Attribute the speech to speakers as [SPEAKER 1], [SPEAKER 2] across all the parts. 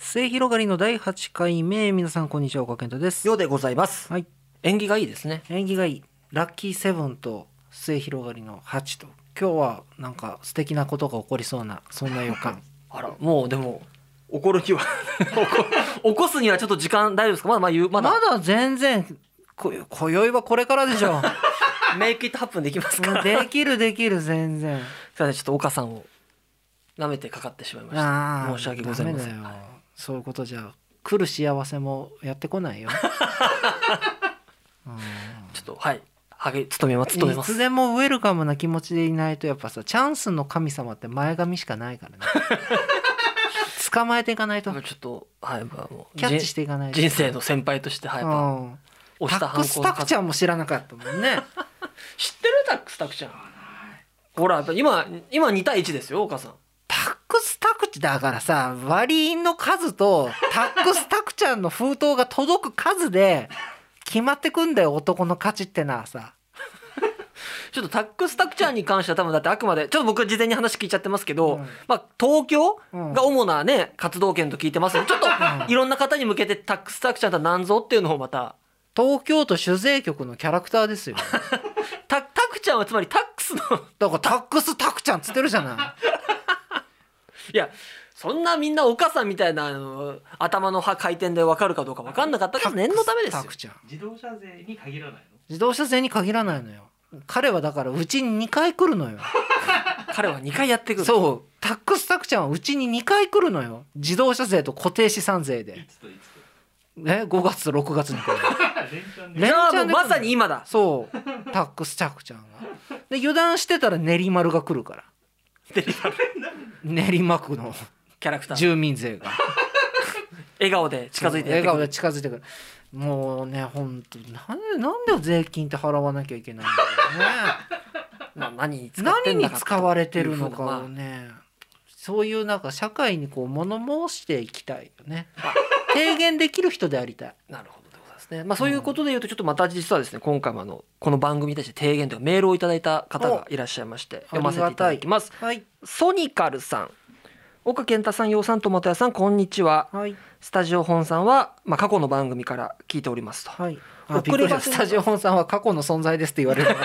[SPEAKER 1] 末広がりの第8回目皆さんこんにちは岡健太です
[SPEAKER 2] ようでございます。
[SPEAKER 1] はい
[SPEAKER 2] 縁起がいいですね。
[SPEAKER 1] 縁起がいいラッキーセブンと末広がりの8と今日はなんか素敵なことが起こりそうなそんな予 感
[SPEAKER 2] あら、もうでも。 怒る気は起こ起こすにはちょっと時間大丈夫ですかまだまだ言うま
[SPEAKER 1] まだ
[SPEAKER 2] だ
[SPEAKER 1] 全然こ今宵はこれからでし ょ
[SPEAKER 2] メイクイット8分できます かすい
[SPEAKER 1] できるできる全然
[SPEAKER 2] ませんちょっと岡さんを舐めてかかってしまいました
[SPEAKER 1] あー
[SPEAKER 2] 申し訳ございません
[SPEAKER 1] ダメだよそういうことじゃ来る幸せもやってこ ないようん
[SPEAKER 2] ちょっとはいはげ勤めます勤めま
[SPEAKER 1] い
[SPEAKER 2] す
[SPEAKER 1] つでもウェルカムな気持ちでいないとやっぱさチャンスの神様って前髪しかない からね捕まえていかないと
[SPEAKER 2] ちょっとはいまあもう
[SPEAKER 1] キャッチし
[SPEAKER 2] 人
[SPEAKER 1] ていかないと
[SPEAKER 2] 人生の先輩としてはいまあ
[SPEAKER 1] うん
[SPEAKER 2] 押
[SPEAKER 1] タ
[SPEAKER 2] した
[SPEAKER 1] ッ
[SPEAKER 2] 犯
[SPEAKER 1] クス
[SPEAKER 2] 行
[SPEAKER 1] タ
[SPEAKER 2] の
[SPEAKER 1] ク
[SPEAKER 2] 数
[SPEAKER 1] ちゃんも知らなかったもん ね
[SPEAKER 2] 知ってるタックスタクちゃんほらやっぱ今今2対1ですよ岡さん
[SPEAKER 1] タックスタクチだからさ割りの数とタックスタクちゃんの封筒が届く数で決まってくんだよ男の価値ってのはさ
[SPEAKER 2] ちょっとタックスタクチャーに関しては多分だってあくまでちょっと僕事前に話聞いちゃってますけど、
[SPEAKER 1] うん
[SPEAKER 2] まあ、東京
[SPEAKER 1] うん
[SPEAKER 2] が主なね活動圏と聞いてますけどちょっといろんな方に向けてタックスタクチャーとは何ぞっていうのをまた
[SPEAKER 1] 東京都主税局のキャラクターですよ
[SPEAKER 2] タタクちゃんはつまりタックスの
[SPEAKER 1] だからタックスタクちゃんっつってるじゃない
[SPEAKER 2] やそんなみんなお母さんみたいなあの頭の回転で分かるかどうか分かんなかった
[SPEAKER 1] い
[SPEAKER 2] から念のた めです
[SPEAKER 1] タ
[SPEAKER 2] よ
[SPEAKER 1] ックスタクちゃん
[SPEAKER 3] 自動車税に限らないの
[SPEAKER 1] 自動車税に限らないのよ彼はだからうちに2回来るの よ
[SPEAKER 2] 彼は2回やってくる
[SPEAKER 1] そうタックスタクちゃんはうちに2回来るのよ自動車税と固定資産税
[SPEAKER 3] い
[SPEAKER 1] で、
[SPEAKER 3] つといつと
[SPEAKER 1] ね、5月と6月に 来る
[SPEAKER 3] 連チャンで
[SPEAKER 1] 連チ
[SPEAKER 2] じゃ
[SPEAKER 1] ャ
[SPEAKER 2] あ
[SPEAKER 1] ンで来
[SPEAKER 2] も
[SPEAKER 1] る
[SPEAKER 2] う
[SPEAKER 1] の
[SPEAKER 2] まさに今だ
[SPEAKER 1] そうタックスタクちゃんはで油断してたら練馬が来るから練馬区の
[SPEAKER 2] キャラクター
[SPEAKER 1] 住民税が
[SPEAKER 2] 笑顔で近づいてや
[SPEAKER 1] 笑
[SPEAKER 2] ってく
[SPEAKER 1] 顔
[SPEAKER 2] る
[SPEAKER 1] で近づいてくるもうね本当なんでなんで税金って払わなきゃいけないんだろうね
[SPEAKER 2] まあ何に使って
[SPEAKER 1] 何
[SPEAKER 2] んだ
[SPEAKER 1] に
[SPEAKER 2] か
[SPEAKER 1] 使われてるの
[SPEAKER 2] というふうな
[SPEAKER 1] か
[SPEAKER 2] ま
[SPEAKER 1] を
[SPEAKER 2] あ
[SPEAKER 1] ねそういうなんか社会にこう物申していきたいよね提言できる人でありたい
[SPEAKER 2] なるほどでございますね。まあそういうことで言うとちょっとまた実はですね今回もあのこの番組に対して提言というかメールをいただいた方がいらっしゃいまして読ませていただきます。
[SPEAKER 1] はい
[SPEAKER 2] ソニカルさん、岡健太さん、洋さん、トマト屋さん、こんにちは。
[SPEAKER 1] はい
[SPEAKER 2] スタジオ本さんはまあ過去の番組から聞いておりますと。
[SPEAKER 1] はい
[SPEAKER 2] 遅ればせな
[SPEAKER 1] ス
[SPEAKER 2] がら
[SPEAKER 1] タジオ本さんは過去の存在ですって言われ るから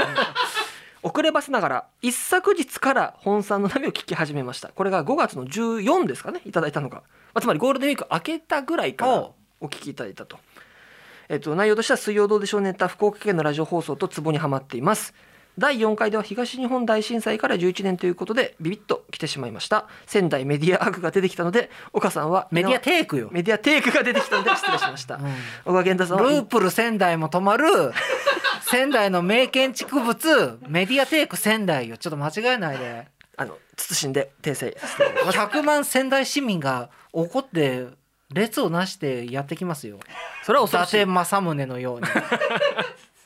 [SPEAKER 2] 遅ればせながら一昨日から本さんの波を聞き始めました。これが5月の14ですかねいただいたのが、まあ、つまりゴールデンウィーク明けたぐらいから
[SPEAKER 1] お
[SPEAKER 2] お聞きいただいたと。えっと、内容としては水曜どうでしょうネタ福岡県のラジオ放送とツボにはまっています第4回では東日本大震災から11年ということでビビッと来てしまいました仙台メディアアークが出てきたので岡さんは
[SPEAKER 1] メディアテイクよ、
[SPEAKER 2] メディアテイクが出てきたので失礼しました
[SPEAKER 1] うん
[SPEAKER 2] 岡源太さん
[SPEAKER 1] ルー
[SPEAKER 2] は
[SPEAKER 1] プル仙台も泊まる仙台の名建築物メディアテイク仙台よちょっと間違えないで
[SPEAKER 2] あの謹んで訂正させていただきます
[SPEAKER 1] 100万仙台市民が怒って列をなしてやってきますよ
[SPEAKER 2] それ
[SPEAKER 1] 伊
[SPEAKER 2] は恐ろし
[SPEAKER 1] 達
[SPEAKER 2] い
[SPEAKER 1] 政宗のように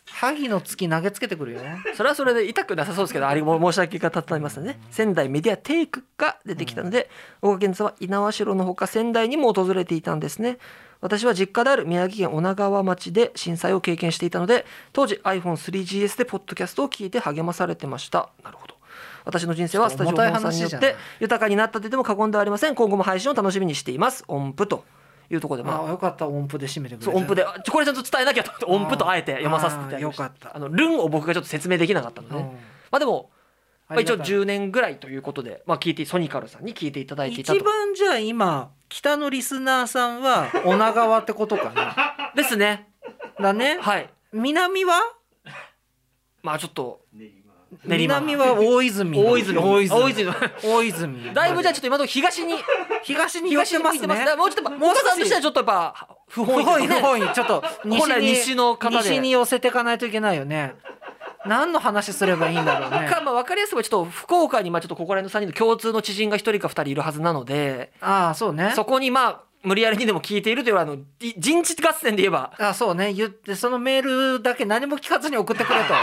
[SPEAKER 1] 萩の月投げつけてくるよ
[SPEAKER 2] それはそれで痛くなさそうですけどあれも申し訳が立たないますのでね仙台メディアテイクが出てきたので岡源さんは猪苗代のほか仙台にも訪れていたんですね私は実家である宮城県女川町で震災を経験していたので当時 iPhone3GS でポッドキャストを聞いて励まされてましたなるほど私の人生はスタジオ
[SPEAKER 1] 重たい
[SPEAKER 2] 本さんによ
[SPEAKER 1] 話
[SPEAKER 2] っ
[SPEAKER 1] じゃ
[SPEAKER 2] て
[SPEAKER 1] ない
[SPEAKER 2] 豊かになったと言っても過言ではありません今後も配信を楽しみにしています音符というところでまあ
[SPEAKER 1] ああよかった音符で締めてくれ
[SPEAKER 2] そ
[SPEAKER 1] た
[SPEAKER 2] う音符であこれちゃんと伝えなきゃと思って音符とあえて読まさせていただきました
[SPEAKER 1] あーよかった
[SPEAKER 2] あのルンを僕がちょっと説明できなかったので、
[SPEAKER 1] うん
[SPEAKER 2] まあでも、まあ、一応
[SPEAKER 1] ありがたい
[SPEAKER 2] 10年ぐらいということで、まあ、聞いてソニカルさんに聞いていただいていた
[SPEAKER 1] 一
[SPEAKER 2] と
[SPEAKER 1] 番じゃあ今北のリスナーさんは女川ってことか な
[SPEAKER 2] ですね
[SPEAKER 1] だね
[SPEAKER 2] はい
[SPEAKER 1] 南は
[SPEAKER 2] まあちょっと
[SPEAKER 3] 練馬
[SPEAKER 2] 練馬
[SPEAKER 1] 南は大泉
[SPEAKER 2] 大泉
[SPEAKER 1] 大泉
[SPEAKER 2] 大泉
[SPEAKER 1] 大泉
[SPEAKER 2] だいぶじゃあちょっと今のところ東 に
[SPEAKER 1] 東に東に
[SPEAKER 2] 東に
[SPEAKER 1] 向い
[SPEAKER 2] 向い
[SPEAKER 1] てま
[SPEAKER 2] てます
[SPEAKER 1] ね
[SPEAKER 2] すだからもうちょっとまあ岡さんとしてはちょっとやっぱ不
[SPEAKER 1] 不
[SPEAKER 2] 本
[SPEAKER 1] 本意
[SPEAKER 2] 意です
[SPEAKER 1] 不
[SPEAKER 2] ね
[SPEAKER 1] 本意ちょっと
[SPEAKER 2] 本来西の方で
[SPEAKER 1] 西に寄せていかないといけないよね何の話すればいいんだろうね
[SPEAKER 2] かまあ分かりやすくはちょっと福岡にまあちょっとここら辺の3人の共通の知人が1人か2人いるはずなので
[SPEAKER 1] ああそうね
[SPEAKER 2] そこにまあ無理やりにでも聞いているというあのい人知合戦で言えば
[SPEAKER 1] あそうね言ってそのメールだけ何も聞かずに送ってく れと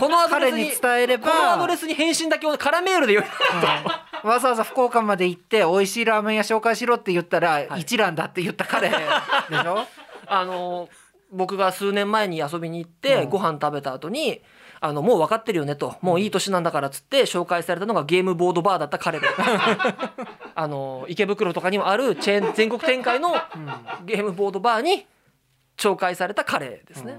[SPEAKER 2] このアド
[SPEAKER 1] 彼
[SPEAKER 2] レス
[SPEAKER 1] に
[SPEAKER 2] に
[SPEAKER 1] 伝えれば
[SPEAKER 2] このアドレスに返信だけを空メールでよ
[SPEAKER 1] うんわざわざ福岡まで行って美味しいラーメン屋紹介しろって言ったら、
[SPEAKER 2] はい
[SPEAKER 1] 一蘭だって言った彼でしょ
[SPEAKER 2] あのー僕が数年前に遊びに行って、
[SPEAKER 1] うん
[SPEAKER 2] ご飯食べた後にあのもう分かってるよねともういい年なんだからっつって紹介されたのがゲームボードバーだった 彼であの池袋とかにもあるチェーン全国展開の
[SPEAKER 1] うん
[SPEAKER 2] ゲームボードバーに紹介された彼 ですね、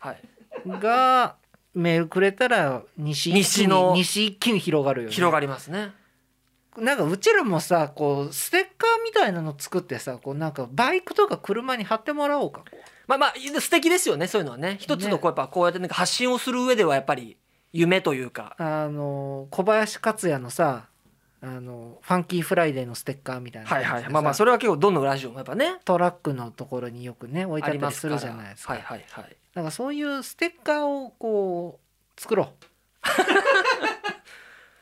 [SPEAKER 2] はい、
[SPEAKER 1] がメールくれたら西
[SPEAKER 2] 西の
[SPEAKER 1] 西一気に広がるよ、ね、
[SPEAKER 2] 広がりますね
[SPEAKER 1] なんかうちらもさこうステッカーみたいなの作ってさこうなんかバイクとか車に貼ってもらおうか
[SPEAKER 2] まあまあ素敵ですよねそういうのはね一つのこうやっぱこうやってなんか発信をする上ではやっぱり夢というか
[SPEAKER 1] あの小林克也のさあのファンキーフライデーのステッカーみたいな
[SPEAKER 2] はいはいまあまあ
[SPEAKER 1] れ
[SPEAKER 2] それは結構どのラジオもやっぱね
[SPEAKER 1] トラックのところによくね置いてあったりするじゃないですか
[SPEAKER 2] はいはいはい
[SPEAKER 1] なんかそういうステッカーをこう 作ろう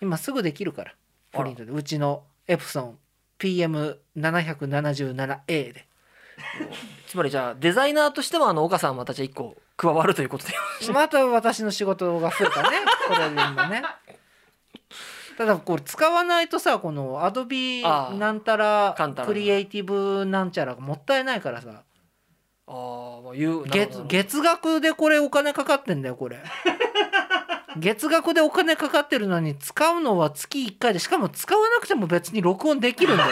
[SPEAKER 1] 今すぐできるからプリントでうちのエプソン PM777A で
[SPEAKER 2] つまりじゃあデザイナーとしてもあの岡さんまたじゃあ一個加わるということで
[SPEAKER 1] また私の仕事が増えたねこれで今ねただこれ使わないとさこのアドビ
[SPEAKER 2] ああ
[SPEAKER 1] なんたら
[SPEAKER 2] 簡単な
[SPEAKER 1] クリエイティブなんちゃらがもったいないからさ
[SPEAKER 2] ああまあ言うなるほ
[SPEAKER 1] 月
[SPEAKER 2] ど
[SPEAKER 1] 月額でこれお金かかってんだよ これ月額でお金かかってるのに使うのは月1回でしかも使わなくても別に録音できるん だよ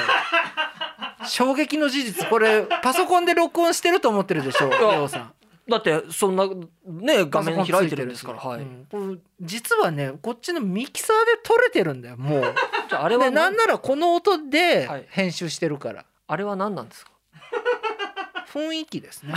[SPEAKER 1] 衝撃の事実これパソコンで録音してると思ってるでしょ
[SPEAKER 2] や
[SPEAKER 1] レオさん
[SPEAKER 2] だってそんなね画面開いてるんですからはい、
[SPEAKER 1] うんこれ実はねこっちのミキサーで撮れてるんだよもう
[SPEAKER 2] じゃああれは
[SPEAKER 1] で
[SPEAKER 2] な
[SPEAKER 1] なんならこの音で
[SPEAKER 2] はい
[SPEAKER 1] 編集してるから、
[SPEAKER 2] あれは何なんですか
[SPEAKER 1] 雰囲気ですね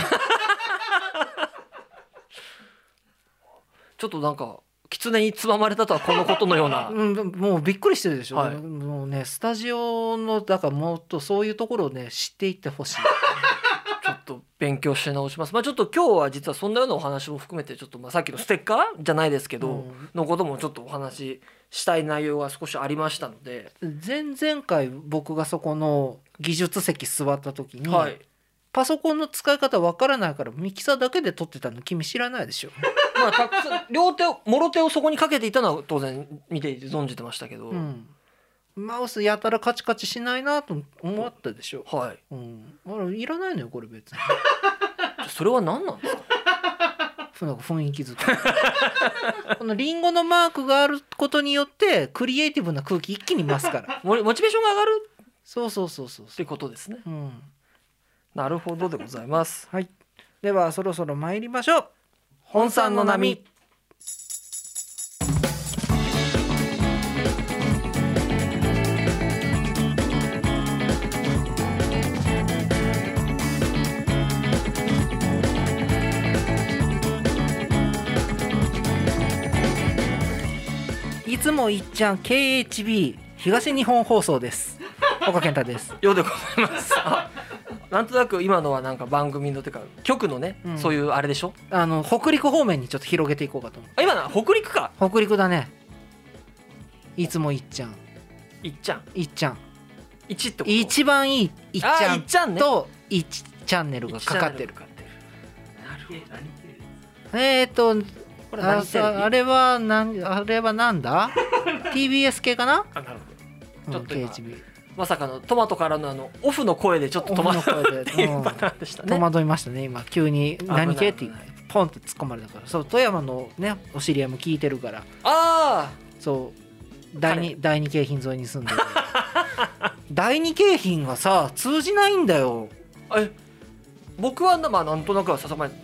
[SPEAKER 2] ちょっとなんか狐につままれたとはこのことのよう な
[SPEAKER 1] うんでももうびっくりしてるでしょ、
[SPEAKER 2] はい
[SPEAKER 1] もうねスタジオのだからもっとそういうところをね知っていってほしい
[SPEAKER 2] ちょっと勉強し直します。まあちょっと今日は実はそんなようなお話も含めてちょっとまあさっきのステッカーじゃないですけど、
[SPEAKER 1] うん
[SPEAKER 2] のこともちょっとお話ししたい内容が少しありましたので、
[SPEAKER 1] 前々回僕がそこの技術席座った時に、
[SPEAKER 2] はい。
[SPEAKER 1] パソコンの使い方わからないからミキサーだけで撮ってたの君知らないでしょ、
[SPEAKER 2] まあたくさん両手をもろ手をそこにかけていたのは当然見て存じてましたけど、
[SPEAKER 1] うん、マウスやたらカチカチしないなと思ったでしょ
[SPEAKER 2] はい。
[SPEAKER 1] うん、あらいらないのよこれ別に
[SPEAKER 2] じゃあそれは何なんですか。
[SPEAKER 1] ふなんか雰囲気づく このリンゴのマークがあることによってクリエイティブな空気一気に増すから
[SPEAKER 2] モモチベーションが上がる
[SPEAKER 1] そうそうそうそう
[SPEAKER 2] っ
[SPEAKER 1] そ
[SPEAKER 2] てことですね。
[SPEAKER 1] う、うん、
[SPEAKER 2] なるほどでございます。
[SPEAKER 1] はいではそろそろ参りましょう
[SPEAKER 2] 本山の波。
[SPEAKER 1] いつもいっちゃん KHB 東日本放送です岡健太です
[SPEAKER 2] ようでございます。あなんとなく今のはなんか番組のてか局のね、
[SPEAKER 1] うん
[SPEAKER 2] そういうあれでしょ。
[SPEAKER 1] あの北陸方面にちょっと広げていこうかと思
[SPEAKER 2] あ今のは北陸か。
[SPEAKER 1] う北陸だねいつもいっちゃん
[SPEAKER 2] いっちゃん。
[SPEAKER 1] いっちゃん
[SPEAKER 2] 一ってこと。
[SPEAKER 1] 一番いいいっち
[SPEAKER 2] あ
[SPEAKER 1] ゃ
[SPEAKER 2] ーい
[SPEAKER 1] ん
[SPEAKER 2] っちゃんね。
[SPEAKER 1] と1チャンネルがかかってる
[SPEAKER 2] かかってる。
[SPEAKER 3] 何言ってる
[SPEAKER 1] えっ、ー、と
[SPEAKER 2] これ
[SPEAKER 1] あ
[SPEAKER 2] 何テレビ
[SPEAKER 1] さあれはなんあれはなん だ TBS 系かな、
[SPEAKER 2] あなるほど
[SPEAKER 1] うん、
[SPEAKER 2] ちょっと今
[SPEAKER 1] KHB
[SPEAKER 2] まさかのトマトからのあのオフの声でちょっと戸惑ったっていうパターンでした
[SPEAKER 1] 戸
[SPEAKER 2] ね。
[SPEAKER 1] 惑いましたね今急に「何系?」って
[SPEAKER 2] 危ない危ない
[SPEAKER 1] ポンって突っ込まれたからそう富山のねお知り合いも聞いてるから
[SPEAKER 2] あ
[SPEAKER 1] そう第二第二京浜沿いに住んでる 第二京浜がさ通じないんだよ
[SPEAKER 2] あえ僕はなまあなんとなくは笹前ち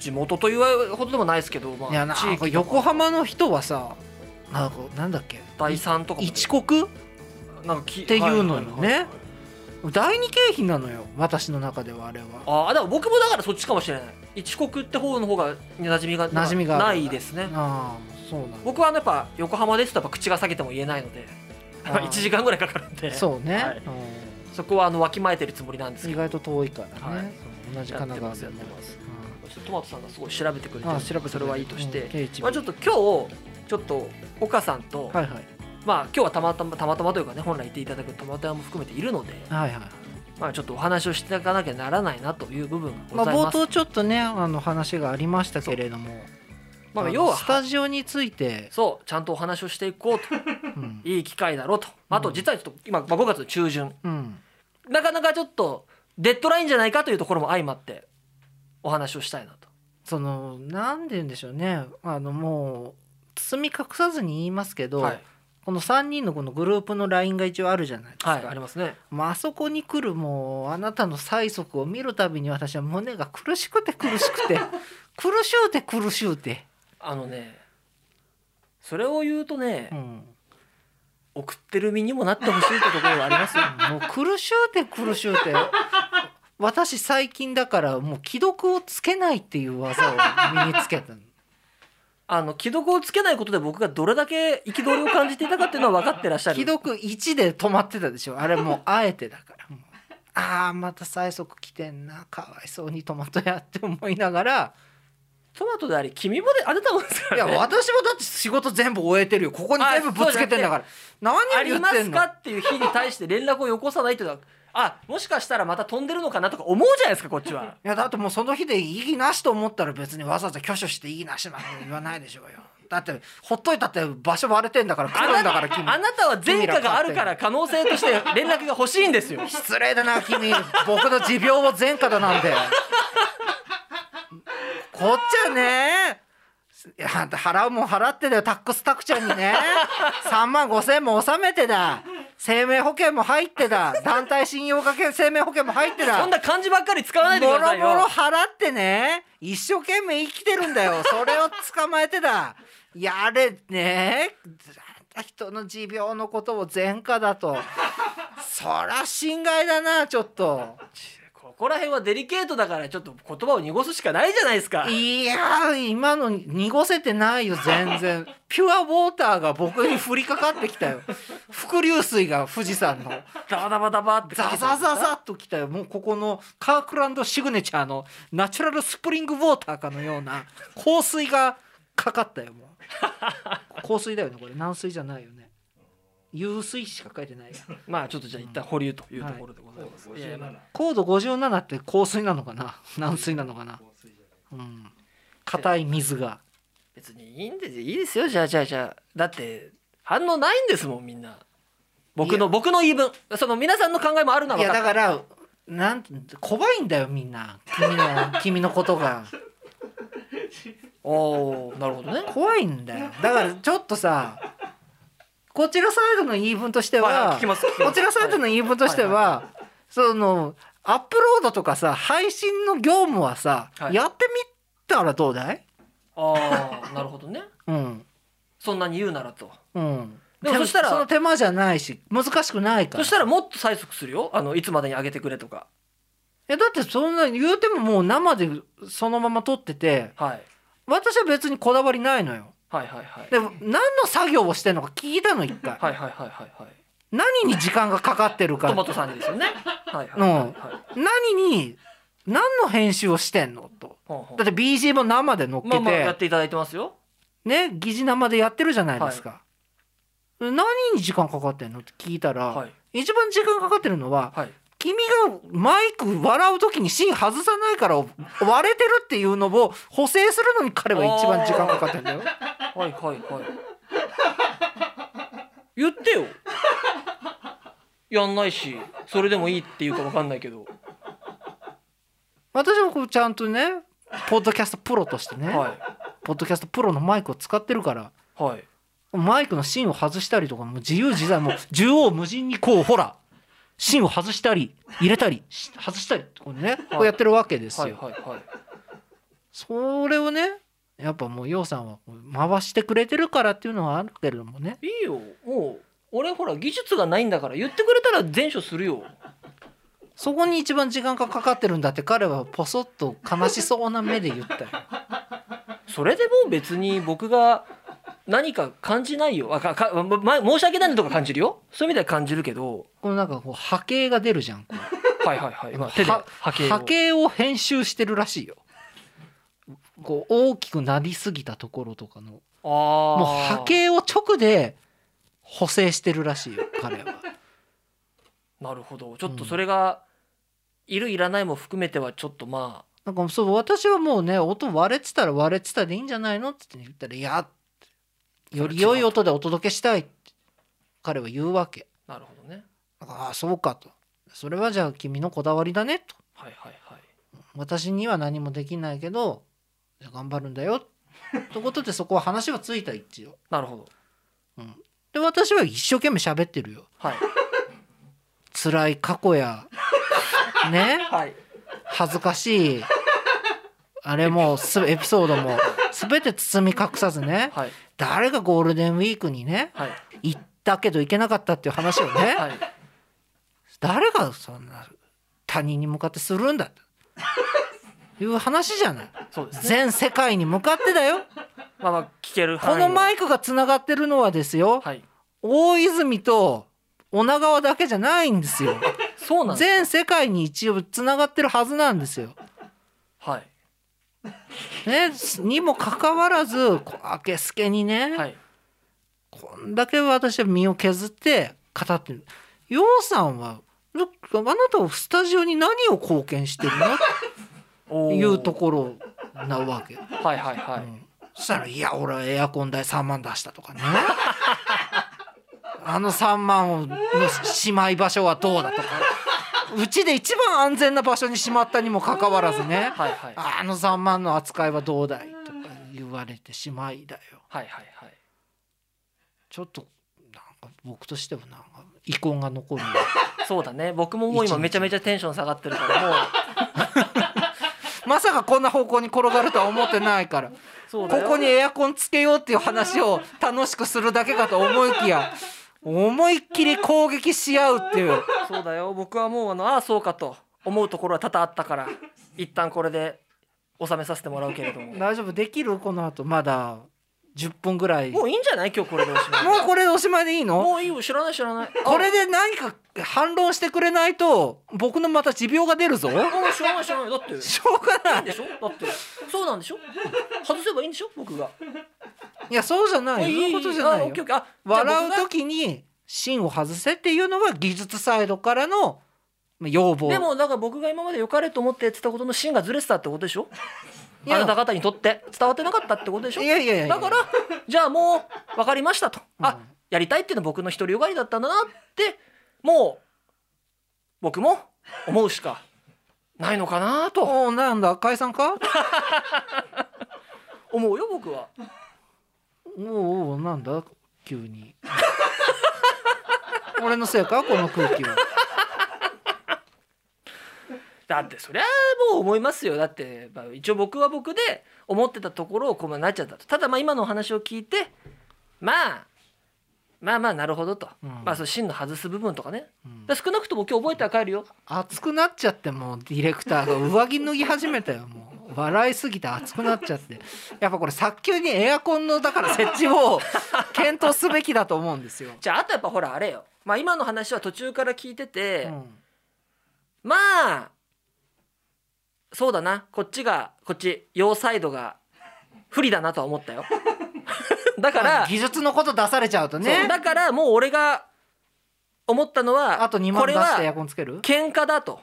[SPEAKER 2] 地元と言われるほどでもないですけど、まあ、
[SPEAKER 1] いやなん
[SPEAKER 2] 地域と
[SPEAKER 1] か
[SPEAKER 2] か
[SPEAKER 1] 横浜の人はさなんかなんだっけ
[SPEAKER 2] 第三とかも
[SPEAKER 1] 一国
[SPEAKER 2] なんかき
[SPEAKER 1] っていうのよね
[SPEAKER 2] はいはいはい
[SPEAKER 1] 第二京浜なのよ私の中ではあれは
[SPEAKER 2] ああでも僕もだからそっちかもしれない一国って方の方が馴染みが
[SPEAKER 1] 馴染みがある
[SPEAKER 2] ないですね
[SPEAKER 1] ああそうなんだ
[SPEAKER 2] 僕はあのやっぱ横浜ですとやっぱ口が裂けても言えないので
[SPEAKER 1] あー
[SPEAKER 2] 1時間ぐらいかかるんで
[SPEAKER 1] そうね、
[SPEAKER 2] はい
[SPEAKER 1] うん
[SPEAKER 2] そこはあのわきまえてるつもりなんですけ
[SPEAKER 1] 意
[SPEAKER 2] ど
[SPEAKER 1] 外と遠いからね、
[SPEAKER 2] はい
[SPEAKER 1] そう同じ神奈川
[SPEAKER 2] や
[SPEAKER 1] 県
[SPEAKER 2] って
[SPEAKER 1] でも
[SPEAKER 2] ますやってますちょっとトマトさんがすごい調べてくれて
[SPEAKER 1] あ調べてくれてる
[SPEAKER 2] それはいいとして、
[SPEAKER 1] うんケイチ
[SPEAKER 2] まあ、ちょっと今日ちょっと岡さんと、
[SPEAKER 1] はいはい
[SPEAKER 2] まあ今日はたまたまたまたまというかね本来言っていただくたまたまも含めているので、
[SPEAKER 1] はいはい
[SPEAKER 2] まあ、ちょっとお話をしていかなきゃならないなという部分
[SPEAKER 1] ま
[SPEAKER 2] がご
[SPEAKER 1] あ
[SPEAKER 2] ざい
[SPEAKER 1] 冒
[SPEAKER 2] ます、
[SPEAKER 1] 頭ちょっとねあの話がありましたけれども
[SPEAKER 2] まあ
[SPEAKER 1] あの
[SPEAKER 2] 要は
[SPEAKER 1] スタジオについて、
[SPEAKER 2] そうちゃんとお話をしていこう と
[SPEAKER 1] うん
[SPEAKER 2] いい機会だろうとあと実はちょっと今、まあ、5月の中旬
[SPEAKER 1] うん
[SPEAKER 2] なかなかちょっとデッドラインじゃないかというところも相まってお話をしたいなと。
[SPEAKER 1] そのなんて言うんでしょうねあのもう包み隠さずに言いますけど、
[SPEAKER 2] はい、
[SPEAKER 1] この3人のこのグループの LINE が一応あるじゃないですか、
[SPEAKER 2] はい、ありますね。
[SPEAKER 1] まああそこに来るもうあなたの催促を見るたびに私は胸が苦しくて苦し くて苦しゅうて苦しゅうて、
[SPEAKER 2] あのねそれを言うとね、
[SPEAKER 1] うん、も
[SPEAKER 2] 送ってる身にもなってほしいってところはありますよ。
[SPEAKER 1] う苦しゅうて苦しゅうて私最近だからもう既読をつけないっていう技を身につけたの
[SPEAKER 2] あの既読をつけないことで僕がどれだけ憤りを感じていたかっていうのは分かってらっしゃる。
[SPEAKER 1] 既読1で止まってたでしょあれ もうあえてだからもうああまた催促来てんなかわいそうにトマトやって思いながら
[SPEAKER 2] トマトであり君もであなたもですか
[SPEAKER 1] い
[SPEAKER 2] ら
[SPEAKER 1] や
[SPEAKER 2] ね
[SPEAKER 1] 私もだって仕事全部終えてるよここに全部ぶつけてんだから何
[SPEAKER 2] あ
[SPEAKER 1] を言
[SPEAKER 2] り
[SPEAKER 1] っ
[SPEAKER 2] ま
[SPEAKER 1] て
[SPEAKER 2] す
[SPEAKER 1] んの
[SPEAKER 2] かっていう日に対して連絡をよこさないというのはあもしかしたらまた飛んでるのかなとか思うじゃないですかこっちは。
[SPEAKER 1] いやだってもうその日で意義なしと思ったら別にわざわざ挙手して意義なしまで言わないでしょうよだってほっといたって場所バレてんだから来るんだから君
[SPEAKER 2] あなたは前科があるから可能性として連絡が欲しいんですよ。
[SPEAKER 1] 失礼だな君僕の持病を前科だなんてこっちはねいや払うもん払ってだよタックスタクちゃんにね3万5千も納めてだ生命保険も入ってだ団体信用掛け生命保険も入ってだ
[SPEAKER 2] そんな漢字ばっかり使わないでく
[SPEAKER 1] ボ
[SPEAKER 2] ださ
[SPEAKER 1] ロ
[SPEAKER 2] い
[SPEAKER 1] ボロ
[SPEAKER 2] よ。
[SPEAKER 1] 払ってね一生懸命生きてるんだよそれを捕まえてだやれね人の持病のことを前科だとそら心外だなちょっと
[SPEAKER 2] ここら辺はデリケートだからちょっと言葉を濁すしかないじゃないですか。
[SPEAKER 1] いやー今の濁せてないよ全然ピュアウォーターが僕に降りかかってきたよ伏流水が富士山の
[SPEAKER 2] ダバダバダバって
[SPEAKER 1] ザザザザっときたよもうここのカークランドシグネチャーのナチュラルスプリングウォーターかのような 香水がかかったよも う香水だよねこれ軟水じゃないよね油水しか書いてないや
[SPEAKER 2] まあちょっとじゃあ一旦保留というところでございます。
[SPEAKER 3] 57
[SPEAKER 2] いやいやまあ
[SPEAKER 1] 高度57って香水なのかな軟水なのかな
[SPEAKER 3] 香水じゃない
[SPEAKER 1] うん硬い水が
[SPEAKER 2] 別にいいんですよいいですよじゃあじゃあじゃあだって反応ないんですもんみんな。僕の僕の言い分その皆さんの考えもあるのはい分
[SPEAKER 1] や
[SPEAKER 2] か
[SPEAKER 1] だ
[SPEAKER 2] っ
[SPEAKER 1] からなん怖いんだよみんな君 の君のことが
[SPEAKER 2] た。おおなるほど ね。
[SPEAKER 1] 怖いんだよだからちょっとさこちらサイドの言い分としては、
[SPEAKER 2] はい聞きます聞きます
[SPEAKER 1] こちらサイドの言い分としては、
[SPEAKER 2] はい
[SPEAKER 1] そのアップロードとかさ配信の業務はさ、
[SPEAKER 2] はい
[SPEAKER 1] やってみたらどうだい
[SPEAKER 2] ああなるほどね。
[SPEAKER 1] うん
[SPEAKER 2] そんなに言うならと。
[SPEAKER 1] うん
[SPEAKER 2] でもそしたら
[SPEAKER 1] の手間じゃないし難しくないから
[SPEAKER 2] そしたらもっと催促するよ。あのいつまでに上げてくれとか。
[SPEAKER 1] えだってそんな言うてももう生でそのまま撮ってて
[SPEAKER 2] はい
[SPEAKER 1] 私は別にこだわりないのよ
[SPEAKER 2] はいはいはい。
[SPEAKER 1] でも何の作業をしてんのか聞いたの一回、
[SPEAKER 2] はいはいはいはいはい。
[SPEAKER 1] 何に時間がかかってるか
[SPEAKER 2] トマトさんにですよね。はいはいはいはい。
[SPEAKER 1] 何に何の編集をしてんのと
[SPEAKER 2] ほうほう
[SPEAKER 1] だって BG も生で乗っけ
[SPEAKER 2] ま
[SPEAKER 1] て、
[SPEAKER 2] あまあやっていただいてますよ。
[SPEAKER 1] ね疑似生でやってるじゃないですか、何に時間かかってんのって聞いたら、
[SPEAKER 2] はい
[SPEAKER 1] 一番時間かかってるのは、
[SPEAKER 2] はい。
[SPEAKER 1] 君がマイク笑う時に芯外さないから割れてるっていうのを補正するのに彼は一番時間かかってん だよ
[SPEAKER 2] はいはいはい。言ってよ。やんないし、それでもいいっていうかわかんないけど。
[SPEAKER 1] 私はこうちゃんとねポッドキャストプロとしてね、
[SPEAKER 2] は
[SPEAKER 1] ポッドキャストプロのマイクを使ってるから
[SPEAKER 2] い。はい。
[SPEAKER 1] マイクの芯を外したりとかもう自由自在もう縦横無尽にこうほら芯を外したり入れたりし外したりこうねこうやってるわけですよ、
[SPEAKER 2] はいはいはい。
[SPEAKER 1] それをねやっぱもうようさんは回してくれてるからっていうのはあるけれどもね
[SPEAKER 2] いいよ。もう。俺ほら技術がないんだから言ってくれたら全処するよ
[SPEAKER 1] そこに一番時間がかかってるんだって彼はポソッと悲しそうな目で言っ たよ
[SPEAKER 2] それでも別に僕が何か感じないよあかか、まま申し訳ないのとか感じるよそういう意味では感じるけど
[SPEAKER 1] このなんかこう波形が出るじゃんこう
[SPEAKER 2] はいはいはい、まあ、手で
[SPEAKER 1] は
[SPEAKER 2] 波形を
[SPEAKER 1] 波形を編集してるらしいよこう大きくなりすぎたところとかの
[SPEAKER 2] あ
[SPEAKER 1] もう
[SPEAKER 2] も
[SPEAKER 1] 波形を直で補正してるらしいよ彼は。
[SPEAKER 2] なるほどちょっとそれが、いるいらないも含めてはちょっとま
[SPEAKER 1] なんかそう私はもうね音割れてたら割れてたでいいんじゃないのって言ったら「いやより良い音でお届けしたい」って彼は言うわけ。
[SPEAKER 2] あなるほどね
[SPEAKER 1] ああそうかと。それはじゃあ君のこだわりだねと。
[SPEAKER 2] はいはいはい
[SPEAKER 1] 私には何もできないけどじゃあ頑張るんだよってことでそこは話はついた一応
[SPEAKER 2] なるほど
[SPEAKER 1] で私は一生懸命喋ってるよ
[SPEAKER 2] はい
[SPEAKER 1] 辛い過去やね
[SPEAKER 2] はい
[SPEAKER 1] 恥ずかしいあれもすエピソードも全て包み隠さずね
[SPEAKER 2] はい
[SPEAKER 1] 誰がゴールデンウィークにね
[SPEAKER 2] はい
[SPEAKER 1] 行ったけど行けなかったっていう話をね
[SPEAKER 2] はい
[SPEAKER 1] 誰がそんな他人に向かってするんだという話じゃない
[SPEAKER 2] そうですね
[SPEAKER 1] 全世界に向かってだよ
[SPEAKER 2] まあまあ聞ける範囲
[SPEAKER 1] こ
[SPEAKER 2] は
[SPEAKER 1] のマイクがつながってるのはですよ
[SPEAKER 2] はい
[SPEAKER 1] 大泉と女川だけじゃないんですよ
[SPEAKER 2] そうなんです
[SPEAKER 1] 全世界に一応つながってるはずなんですよ
[SPEAKER 2] はい
[SPEAKER 1] ね、にもかかわらずこう明けすけにね、
[SPEAKER 2] はい
[SPEAKER 1] こんだけ私は身を削って語ってるようさんはなあなたはスタジオに何を貢献してるの
[SPEAKER 2] お
[SPEAKER 1] って
[SPEAKER 2] ー
[SPEAKER 1] いうところなわけ、
[SPEAKER 2] はいはいは
[SPEAKER 1] う
[SPEAKER 2] い
[SPEAKER 1] んそしたら「いや俺はエアコン代3万出した」とかね「あの3万をのしまい場所はどうだ」とかうちで一番安全な場所にしまったにもかかわらずね
[SPEAKER 2] はいはいはい
[SPEAKER 1] あの3万の扱いはどうだいとか言われてしまいだよ
[SPEAKER 2] はいはい
[SPEAKER 1] ちょっとなんか僕としてはなんか遺恨が残るよ
[SPEAKER 2] そうだね僕ももう今めちゃめちゃテンション下がってるからもう
[SPEAKER 1] まさかこんな方向に転がるとは思ってないから
[SPEAKER 2] そう
[SPEAKER 1] こ
[SPEAKER 2] だよ
[SPEAKER 1] こにエアコンつけようっていう話を楽しくするだけかと思いきや思いっきり攻撃し合うっていう
[SPEAKER 2] そうだよ僕はもうあのああそうかと思うところは多々あった から一旦これで収めさせてもらうけれども
[SPEAKER 1] 大丈夫できるこの後まだ10分ぐらい
[SPEAKER 2] も
[SPEAKER 1] もう
[SPEAKER 2] ういいんじゃない今日これでおしまい
[SPEAKER 1] これでおしまいでいいの
[SPEAKER 2] もういいよ知らない知らない
[SPEAKER 1] これで何か反論してくれないと僕のまた持病が出るぞ
[SPEAKER 2] あもう知らない知らないだっていいん
[SPEAKER 1] しょうがない
[SPEAKER 2] でしょだってそうなんでしょ外せばいいんでしょ僕が
[SPEAKER 1] いやそうじゃないそういうことじゃない
[SPEAKER 2] あ
[SPEAKER 1] よ
[SPEAKER 2] オッケーオッケーあ
[SPEAKER 1] 笑う
[SPEAKER 2] じゃあ僕が
[SPEAKER 1] 時に芯を外せっていうのは技術サイドからのまあ要望
[SPEAKER 2] でもだから僕が今まで良かれと思ってやってたことの芯がずれてたってことでしょ
[SPEAKER 1] いや
[SPEAKER 2] あなた方にとって伝わってなかったってことでしょ
[SPEAKER 1] いやいやいやいや
[SPEAKER 2] だからじゃあもう分かりましたと、
[SPEAKER 1] う
[SPEAKER 2] あ
[SPEAKER 1] ん
[SPEAKER 2] やりたいっていうのは僕の独りよがりだったんだなってもう僕も思うしかないのかなと
[SPEAKER 1] おうなんだ解散か
[SPEAKER 2] 思うよ僕は
[SPEAKER 1] おうおうなんだ急に 俺のせいかこの空気は
[SPEAKER 2] だってそりゃもう思いますよだって、まあ、一応僕は僕で思ってたところをこうなっちゃったとただまあ今のお話を聞いてまあまあまあなるほどと、
[SPEAKER 1] うん
[SPEAKER 2] まあその芯の外す部分とかね、
[SPEAKER 1] ん
[SPEAKER 2] だから少なくとも今日覚えては帰るよ
[SPEAKER 1] 熱くなっちゃってもうディレクターが上着脱ぎ始めたよもう笑いすぎて熱くなっちゃってやっぱこれ早急にエアコンのだから設置を 検討すべきだと思うんですよ、
[SPEAKER 2] じゃああとやっぱほらあれよまあ今の話は途中から聞いてて、
[SPEAKER 1] うん
[SPEAKER 2] まあそうだなこっちがこっち両サイドが不利だなとは思っ たよだから、
[SPEAKER 1] 技術のこと出されちゃうと
[SPEAKER 2] そう
[SPEAKER 1] ね
[SPEAKER 2] だからもう俺が思ったのは
[SPEAKER 1] あと2万
[SPEAKER 2] こ
[SPEAKER 1] 出
[SPEAKER 2] れ
[SPEAKER 1] してエア
[SPEAKER 2] は
[SPEAKER 1] コンつける
[SPEAKER 2] 喧嘩だと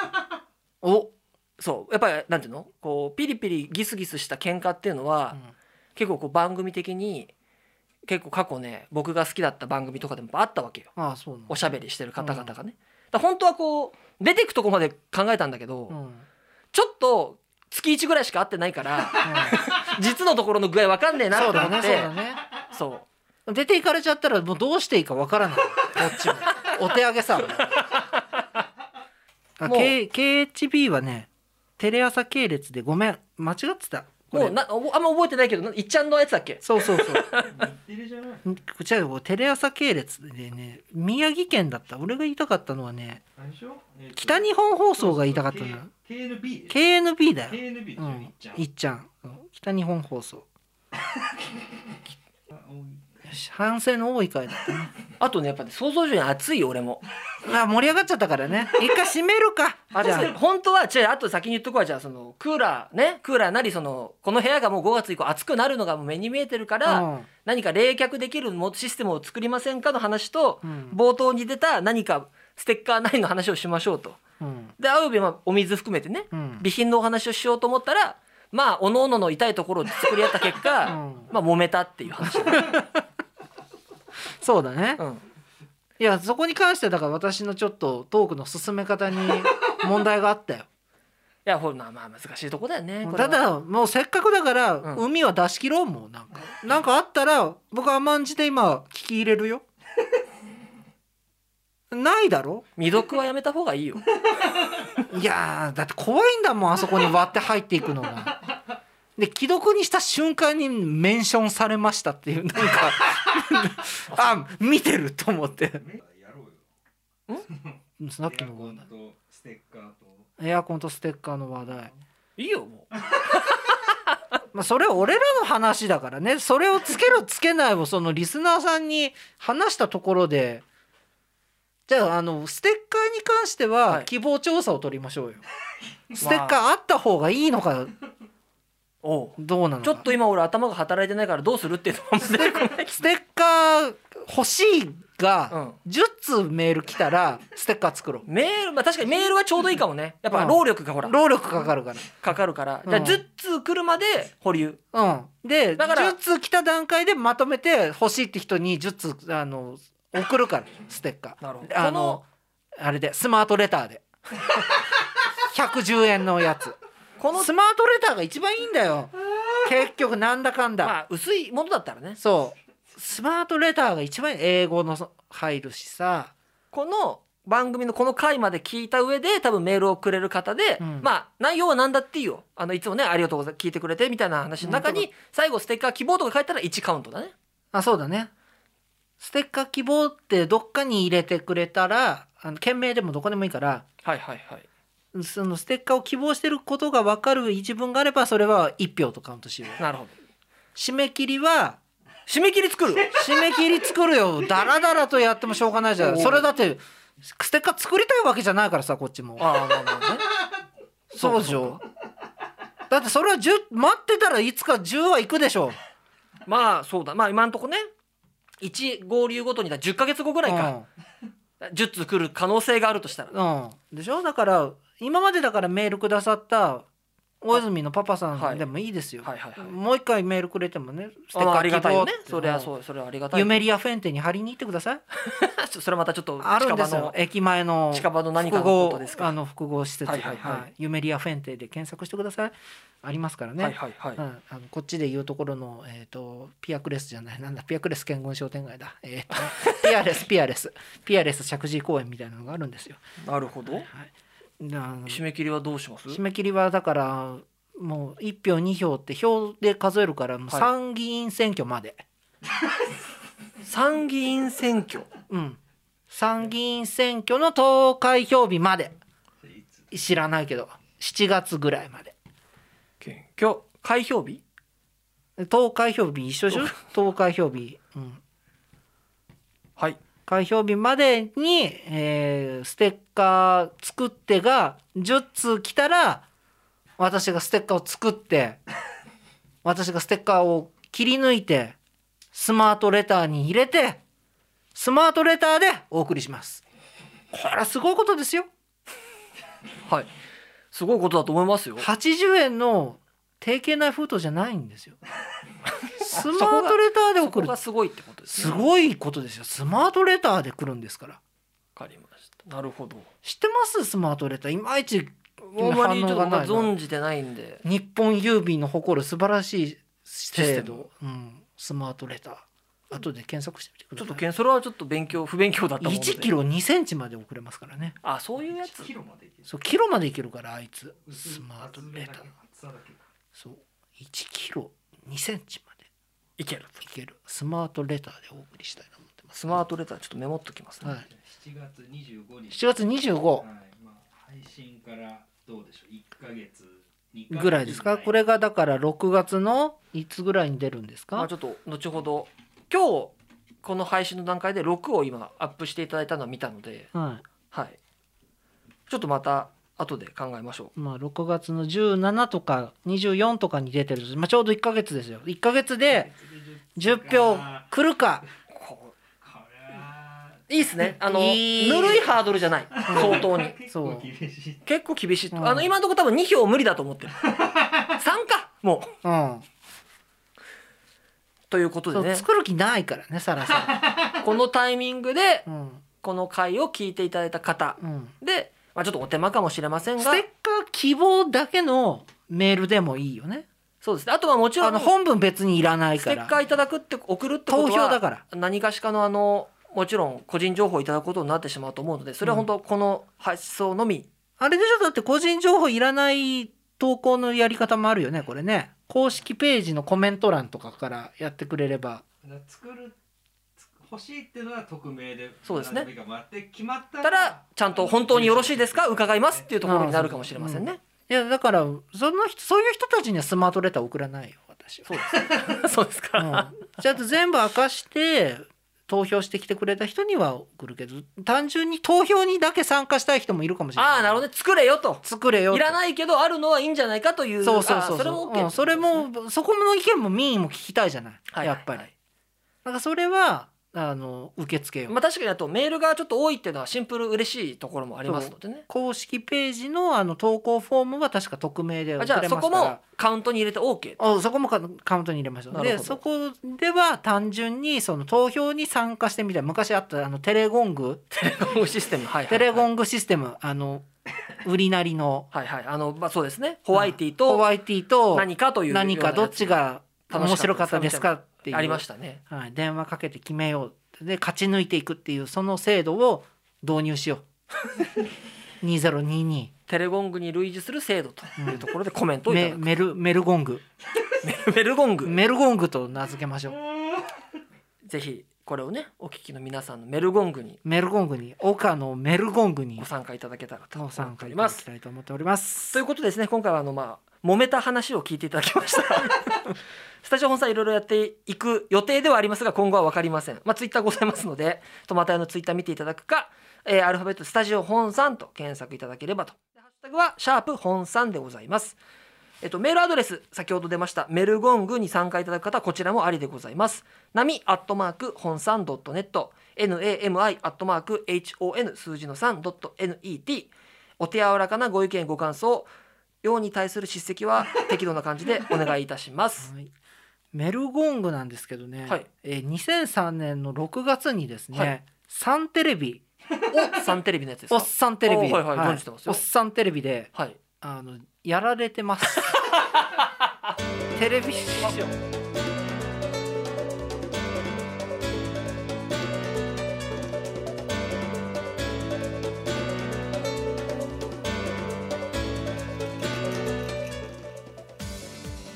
[SPEAKER 1] お、
[SPEAKER 2] そうやっぱりなんていうのこうピリピリギスギスした喧嘩っていうのは、
[SPEAKER 1] うん
[SPEAKER 2] 結構こう番組的に結構過去ね僕が好きだった番組とかでもあったわけよ
[SPEAKER 1] ああそうなの
[SPEAKER 2] おしゃべりしてる方々がね、だから本当はこう出てくとこまで考えたんだけど、
[SPEAKER 1] うんうん
[SPEAKER 2] ちょっと月1ぐらいしか会ってない から実のところの具合わかんねえな
[SPEAKER 1] そ
[SPEAKER 2] と
[SPEAKER 1] う
[SPEAKER 2] 思
[SPEAKER 1] だ
[SPEAKER 2] っ
[SPEAKER 1] ね
[SPEAKER 2] て
[SPEAKER 1] そうだね
[SPEAKER 2] そう
[SPEAKER 1] 出て行かれちゃったらもうどうしていいかわから ないこっちもお手上げさあ
[SPEAKER 2] もう
[SPEAKER 1] K KHB はねテレ朝系列でごめん間違ってたこれ
[SPEAKER 2] もうなおあんま覚えてないけどないっちゃんのやつだっけ
[SPEAKER 1] そうそうそう
[SPEAKER 3] いるじゃない。
[SPEAKER 1] 違うよテレ朝系列でね宮城県だった俺が言いたかったのはね
[SPEAKER 3] 何でしょえーと
[SPEAKER 1] 北日本放送が言いたかったんだよ
[SPEAKER 3] K- KNB で
[SPEAKER 1] KNB だよ
[SPEAKER 3] KNB でし
[SPEAKER 1] う
[SPEAKER 3] ょ
[SPEAKER 1] ん
[SPEAKER 3] いっちゃん
[SPEAKER 1] いっちゃんうん北日本放送
[SPEAKER 3] あおい
[SPEAKER 1] よし反省の多い回だった
[SPEAKER 2] あとねやっぱね想像以上に熱いよ俺も
[SPEAKER 1] あ盛り上がっちゃったからね一回閉めるか
[SPEAKER 2] あ
[SPEAKER 1] じ
[SPEAKER 2] と
[SPEAKER 1] ゃ
[SPEAKER 2] さ
[SPEAKER 1] あ
[SPEAKER 2] 本当は違うあと先に言っとくわじゃあそのクーラーねクーラーなりそのこの部屋がもう5月以降暑くなるのがもう目に見えてるから、
[SPEAKER 1] うん
[SPEAKER 2] 何か冷却できるもシステムを作りませんかの話と、
[SPEAKER 1] うん
[SPEAKER 2] 冒頭に出た何かステッカーなりの話をしましょうと
[SPEAKER 1] うん
[SPEAKER 2] であうべまあお水含めてね
[SPEAKER 1] うん
[SPEAKER 2] 備品のお話をしようと思ったらまあおののの痛いところを作り合った結果、
[SPEAKER 1] うん
[SPEAKER 2] まあ揉めたっていう話、
[SPEAKER 1] そうだね
[SPEAKER 2] うん、
[SPEAKER 1] いやそこに関してはだから私のちょっとトークの進め方に問題があったよ
[SPEAKER 2] やほらまあ難しいとこだよねこれ
[SPEAKER 1] た
[SPEAKER 2] は
[SPEAKER 1] だもうせっかくだから、
[SPEAKER 2] うん
[SPEAKER 1] 海は出し切ろうもうなんかなんかあったら僕甘んじて今聞き入れるよないだろ
[SPEAKER 2] 未読はやめた方がいいよ
[SPEAKER 1] いやーだって怖いんだもんあそこに割って入っていくのが。で既読にした瞬間にメンションされましたっていうなんか あ見てると思って
[SPEAKER 3] やろう
[SPEAKER 1] さっきの
[SPEAKER 3] よ。
[SPEAKER 1] 話
[SPEAKER 3] エアコ
[SPEAKER 1] 題
[SPEAKER 3] ンとステッカーと。
[SPEAKER 1] エアコンとステッカーの話題
[SPEAKER 2] いいよもう
[SPEAKER 1] まあ、それ俺らの話だからねそれをつけるつけないをそのリスナーさんに話したところでじゃああのステッカーに関して
[SPEAKER 2] は
[SPEAKER 1] はい希望調査を取りまし ょうよ、ステッカーあった方がいいのか
[SPEAKER 2] おう
[SPEAKER 1] どうなのか
[SPEAKER 2] ちょっと今俺頭が働いてないからどうするっていうのも出てこな い
[SPEAKER 1] ステッカー欲しいが10通メール来たらステッカー作ろう
[SPEAKER 2] メールまあ確かにメールはちょうどいいかもねやっぱ
[SPEAKER 1] うん
[SPEAKER 2] 労力がほら
[SPEAKER 1] 労力かかるか
[SPEAKER 2] かかるから
[SPEAKER 1] うん
[SPEAKER 2] じゃあ10通来るまで保留
[SPEAKER 1] らうんで
[SPEAKER 2] だから
[SPEAKER 1] 10通来た段階でまとめて欲しいって人に10通あの送るからステッカー
[SPEAKER 2] なるほど
[SPEAKER 1] あ
[SPEAKER 2] こ
[SPEAKER 1] の
[SPEAKER 2] の
[SPEAKER 1] あれでスマートレターで110円のやつ
[SPEAKER 2] この
[SPEAKER 1] スマートレターが一番いいんだよ結局なんだかんだ、
[SPEAKER 2] まあ薄いものだったらね
[SPEAKER 1] そうスマートレターが一番いい英語の入るしさ
[SPEAKER 2] この番組のこの回まで聞いた上で多分メールをくれる方で、
[SPEAKER 1] うん
[SPEAKER 2] まあ内容は何だっていいよあのいつもねありがとうございます聞いてくれてみたいな話の中
[SPEAKER 1] 本
[SPEAKER 2] に最後ステッカー希望とか書いたら1カウントだね
[SPEAKER 1] あそうだねステッカー希望ってどっかに入れてくれたらあの件名でもどこでもいいから
[SPEAKER 2] はいはいはい
[SPEAKER 1] そのステッカーを希望してることが分かる一文があればそれは1票とカウントしよう
[SPEAKER 2] なるほど
[SPEAKER 1] 締め切りは
[SPEAKER 2] 締め切 り作る
[SPEAKER 1] 締め切り作るよダラダラとやってもしょうがないじゃん
[SPEAKER 2] おう
[SPEAKER 1] それだってステッカー作りたいわけじゃないからさこっちも
[SPEAKER 2] ああなるほどね
[SPEAKER 1] そうでしょだってそれは10待ってたらいつか10はいくでしょ
[SPEAKER 2] まあそうだまあ今んとこね1合流ごとにだ10ヶ月後ぐらいか、10通来る可能性があるとしたら
[SPEAKER 1] うん、うん、でしょだから今までだからメールくださった大泉のパパさ
[SPEAKER 2] は
[SPEAKER 1] ん
[SPEAKER 2] い
[SPEAKER 1] でもいいですよ、
[SPEAKER 2] はいはいはい
[SPEAKER 1] もう一回メールくれてもねステッ
[SPEAKER 2] あ
[SPEAKER 1] カ
[SPEAKER 2] あ
[SPEAKER 1] ー
[SPEAKER 2] りがたいよね
[SPEAKER 1] 希望って
[SPEAKER 2] それはそうそれはありがたい
[SPEAKER 1] ユメリアフェンテに貼りに行ってください
[SPEAKER 2] それまたちょっと
[SPEAKER 1] あるん
[SPEAKER 2] 近
[SPEAKER 1] で
[SPEAKER 2] 場
[SPEAKER 1] すよ
[SPEAKER 2] の
[SPEAKER 1] 駅前の
[SPEAKER 2] 近場の何か
[SPEAKER 1] 複
[SPEAKER 2] のこ
[SPEAKER 1] 合
[SPEAKER 2] とですか
[SPEAKER 1] あの複合施設
[SPEAKER 2] はいはいはい
[SPEAKER 1] ユメリアフェンテで検索してくださいありますからね、
[SPEAKER 2] はいはいはい、
[SPEAKER 1] うん、あのこっちで言うところの、えー、とピアクレスじゃないなんだピアクレス健言商店街だ、えー、と ピアレスピアレスピアレス石神井公園みたいなのがあるんですよ。
[SPEAKER 2] なるほど
[SPEAKER 1] であの
[SPEAKER 2] 締め切りはどうします
[SPEAKER 1] 締め切りはだからもう1票2票って票で数えるからもう
[SPEAKER 2] はい
[SPEAKER 1] 参議院選挙まで、
[SPEAKER 2] 参議院選挙
[SPEAKER 1] うん、参議院選挙の投開票日まで
[SPEAKER 3] いつ
[SPEAKER 1] 知らないけど7月ぐらいまで
[SPEAKER 2] 検挙開票日
[SPEAKER 1] 投開票日一緒でしょ投開票日、うん、
[SPEAKER 2] はい
[SPEAKER 1] 開票日までに、えーステッカー作ってが10通来たら私がステッカーを作って 私がステッカーを切り抜いてスマートレターに入れてスマートレターでお送りしますこれはすごいことですよ
[SPEAKER 2] はいすごいことだと思いますよ
[SPEAKER 1] 80円の定型内封筒じゃないん ですよスマートレターで
[SPEAKER 2] そこ
[SPEAKER 1] 送る
[SPEAKER 2] がすごいってことです
[SPEAKER 1] す
[SPEAKER 2] ね
[SPEAKER 1] ごいことですよスマートレターで来るんですから
[SPEAKER 2] わかりましたなるほど
[SPEAKER 1] 知ってますスマートレターいまいち
[SPEAKER 2] あんまりちょっ
[SPEAKER 1] 反応
[SPEAKER 2] と
[SPEAKER 1] が
[SPEAKER 2] 僕
[SPEAKER 1] な
[SPEAKER 2] はい
[SPEAKER 1] な
[SPEAKER 2] 存じてないんで
[SPEAKER 1] 日本郵便の誇る素晴らしい制
[SPEAKER 2] システ
[SPEAKER 1] 度、うん、スマートレター後で検索してみてく
[SPEAKER 2] ち
[SPEAKER 1] だ
[SPEAKER 2] ょっ
[SPEAKER 1] さ
[SPEAKER 2] と
[SPEAKER 1] い
[SPEAKER 2] けんそれはちょっと勉強不勉強だったもんで
[SPEAKER 1] 1キロ2センチまで送れますからね
[SPEAKER 2] あそういうやつ
[SPEAKER 3] キロまでいける。
[SPEAKER 1] そうキロまでいけるからあいつ
[SPEAKER 3] 薄い
[SPEAKER 1] スマートレター
[SPEAKER 3] 厚めだけ厚さだけ
[SPEAKER 1] そう1キロ2センチまで
[SPEAKER 2] いける
[SPEAKER 1] いけるスマートレターでお送りしたいと思ってます
[SPEAKER 2] スマートレターちょっとメモっときますね、
[SPEAKER 1] はい、
[SPEAKER 3] 7月25
[SPEAKER 1] 7
[SPEAKER 3] 日。
[SPEAKER 1] 月25
[SPEAKER 3] はい、まあ配信からどうでしょう。一ヶ月二ヶ月
[SPEAKER 1] ぐらいですかこれがだから6月のいつぐらいに出るんです
[SPEAKER 2] まあ
[SPEAKER 1] か
[SPEAKER 2] ちょっと後ほど今日この配信の段階で6を今アップしていただいたのは見たので
[SPEAKER 1] はい
[SPEAKER 2] はいちょっとまた後で考えましょう
[SPEAKER 1] まあ、6月の17とか24とかに出てると、まあ、ちょうど1ヶ月ですよ1ヶ月で10票来るか
[SPEAKER 2] こ
[SPEAKER 3] これは
[SPEAKER 2] ういいですねあのぬ
[SPEAKER 1] いい
[SPEAKER 2] るいハードルじゃない相当に
[SPEAKER 3] 結
[SPEAKER 1] そう
[SPEAKER 3] 構厳しい。
[SPEAKER 2] 結構厳しい、
[SPEAKER 1] うん
[SPEAKER 2] あの今のところ多分2票無理だと思って る3かもう
[SPEAKER 1] うん
[SPEAKER 2] ということ
[SPEAKER 1] そ
[SPEAKER 2] で
[SPEAKER 1] う
[SPEAKER 2] ね
[SPEAKER 1] 作る気ないからねサラさ
[SPEAKER 2] このタイミング
[SPEAKER 1] ん
[SPEAKER 2] で
[SPEAKER 1] うん
[SPEAKER 2] この回を聞いていただいた方
[SPEAKER 1] うん
[SPEAKER 2] でまあ、ちょっとお手間かもしれません
[SPEAKER 1] ス
[SPEAKER 2] が
[SPEAKER 1] テッカー希望だけのメールでもいいよね
[SPEAKER 2] そうですねあとはもちろ
[SPEAKER 1] あ
[SPEAKER 2] ん
[SPEAKER 1] の本文別にいらない
[SPEAKER 2] ステ
[SPEAKER 1] か
[SPEAKER 2] ッカ
[SPEAKER 1] ら
[SPEAKER 2] ーいただくって送るってことは
[SPEAKER 1] 投票だから
[SPEAKER 2] 何かしかのあのもちろん個人情報をいただくことになってしまうと思うのでそれは本当この発想のみ、
[SPEAKER 1] あれでしょだって個人情報いらない投稿のやり方もあるよねこれね公式ページのコメント欄とかからやってくれれば
[SPEAKER 3] だから作るつ欲しいっていうのは匿名で
[SPEAKER 2] そうですね
[SPEAKER 3] 何もいいからもらって決まった
[SPEAKER 2] たらちゃんと本当によろしいですか伺いますっていうところになるかもしれませんね。
[SPEAKER 1] いやだからその人そういう人たちにはスマートレター送らないよ私は
[SPEAKER 2] そうですそうですか、
[SPEAKER 1] うんちゃんと全部明かして投票してきてくれた人には送るけど単純に投票にだけ参加したい人もいるかもしれない
[SPEAKER 2] ああなるほどね作れよと
[SPEAKER 1] 作れよと
[SPEAKER 2] いらないけどあるのはいいんじゃないかという
[SPEAKER 1] そうそうそう
[SPEAKER 2] あそれも OK
[SPEAKER 1] うんそれもそこの意見も民意も聞きたいじゃない、
[SPEAKER 2] はい
[SPEAKER 1] やっぱり
[SPEAKER 2] はい
[SPEAKER 1] だからそれはあの受け付けよう、
[SPEAKER 2] まあ確かにあとメールがちょっと多いっていうのはシンプル嬉しいところもありますのでね
[SPEAKER 1] 公式ページのあの投稿フォームは確か匿名で送
[SPEAKER 2] あ
[SPEAKER 1] れ
[SPEAKER 2] じゃあ
[SPEAKER 1] ます
[SPEAKER 2] そ
[SPEAKER 1] か
[SPEAKER 2] こも
[SPEAKER 1] ら
[SPEAKER 2] カウントに入れて OK
[SPEAKER 1] あそこもカカウントに入れましょ
[SPEAKER 2] な
[SPEAKER 1] う
[SPEAKER 2] るほ
[SPEAKER 1] で
[SPEAKER 2] ど
[SPEAKER 1] そこでは単純にその投票に参加してみたい昔あったあのテレゴング
[SPEAKER 2] システムはいはいはい
[SPEAKER 1] テレゴングシステム、あの、売りなりの、
[SPEAKER 2] はいはいあのまあそうですねホワイティ
[SPEAKER 1] ホ
[SPEAKER 2] と
[SPEAKER 1] ワイティと、
[SPEAKER 2] 何かという
[SPEAKER 1] 何かどっちが面白かったですかっていう、
[SPEAKER 2] ありましたね
[SPEAKER 1] はい、電話かけて決めよう。で、勝ち抜いていくっていう、その制度を導入しよ う。2022
[SPEAKER 2] テレゴングに類似する制度というところでコメントをいただ
[SPEAKER 1] メ
[SPEAKER 2] く
[SPEAKER 1] メルメルゴング
[SPEAKER 2] メルゴング
[SPEAKER 1] メルゴングと名付けましょう
[SPEAKER 2] ぜひこれをねお聞きの皆さんのメルゴングに
[SPEAKER 1] メルゴングに岡のメルゴングに
[SPEAKER 2] ご参加いただけたらと
[SPEAKER 1] ご参加
[SPEAKER 2] 思って
[SPEAKER 1] い
[SPEAKER 2] おり
[SPEAKER 1] た
[SPEAKER 2] ま
[SPEAKER 1] だ
[SPEAKER 2] す
[SPEAKER 1] きたいと思っております
[SPEAKER 2] ということですね今回はあのまあ揉めた話を聞いていただきましたスタジオ本さんいろいろやっていく予定ではありますが今後は分かりませんまあツイッターございますのでトマタヤのツイッター見ていただくか、えーアルファベットスタジオ本さんと検索いただければとでハッシュタグはシャープ本さんでございますえっと、メールアドレス先ほど出ましたメルゴングに参加いただく方はこちらもありでございます波アットマーク本さん .net nami アットマーク hon 数字の 3.net お手柔らかなご意見ご感想用に対する叱責は 適度な感じでお願いいたします。
[SPEAKER 1] はい、メルゴングなんですけどね、
[SPEAKER 2] はい
[SPEAKER 1] えー2003年の6月にですね、
[SPEAKER 2] はい
[SPEAKER 1] サンテレビ
[SPEAKER 2] おサンテレビのやつです
[SPEAKER 1] おっ
[SPEAKER 2] か。
[SPEAKER 1] さんテレビ
[SPEAKER 2] おはいはい
[SPEAKER 1] はい
[SPEAKER 2] 存じてますよ
[SPEAKER 1] おっさんテレビで
[SPEAKER 2] はい。
[SPEAKER 1] あのやられてます テレビ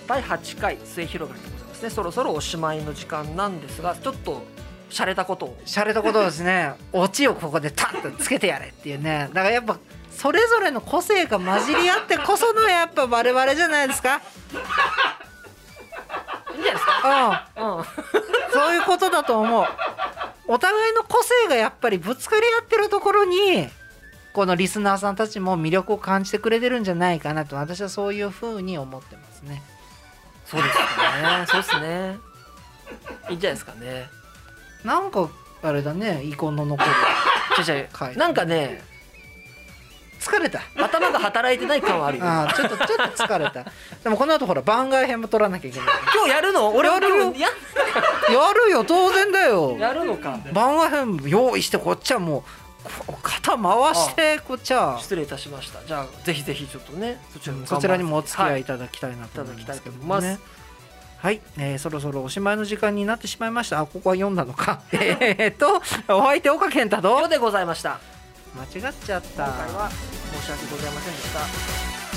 [SPEAKER 2] 第8回末広がりでございますね。そろそろおしまいの時間なんですが、ちょっと洒落たことを。
[SPEAKER 1] しゃれたことをですねオチをここでタッとつけてやれっていうねだからやっぱそれぞれの個性が混じり合ってこそのやっぱ我々じゃないですか
[SPEAKER 2] いいんじゃないですか。
[SPEAKER 1] うん
[SPEAKER 2] うん。
[SPEAKER 1] そういうことだと思う。お互いの個性がやっぱりぶつかり合ってるところに、このリスナーさんたちも魅力を感じてくれてるんじゃないかなと、私はそういう風に思ってますね。
[SPEAKER 2] そうですかね。そうですね。いいんじゃないですかね。
[SPEAKER 1] なんか、あれだね、遺恨の残る。
[SPEAKER 2] じゃじゃ
[SPEAKER 1] はい
[SPEAKER 2] なんかね、
[SPEAKER 1] 疲れた。
[SPEAKER 2] 頭が働いてない感はあるよ。
[SPEAKER 1] ああ、ちょっと、ちょっと疲れた。でもこの後ほら、番外編も取らなきゃいけない。
[SPEAKER 2] 今日やるの？俺は
[SPEAKER 1] やるよ
[SPEAKER 2] 今日や
[SPEAKER 1] やるよ、当然だよ。
[SPEAKER 2] やるのか。
[SPEAKER 1] 番外編用意して、こっちはもう、こ肩回して、こっちは。
[SPEAKER 2] 失礼いたしました。じゃあぜひぜひちょっとね、そちらも
[SPEAKER 1] そちらにもお付き合
[SPEAKER 2] はい
[SPEAKER 1] いただきたいなと思い
[SPEAKER 2] いた
[SPEAKER 1] ま
[SPEAKER 2] だ
[SPEAKER 1] す
[SPEAKER 2] き
[SPEAKER 1] け
[SPEAKER 2] たい
[SPEAKER 1] ど
[SPEAKER 2] と
[SPEAKER 1] も
[SPEAKER 2] 思
[SPEAKER 1] ね。
[SPEAKER 2] います
[SPEAKER 1] はい、えーそろそろおしまいの時間になってしまいました。あ、ここは読んだの か。えーっと、お相手岡健太と
[SPEAKER 2] ということでございました。
[SPEAKER 1] 間違っちゃった。
[SPEAKER 2] 今回は申し訳ございませんでした。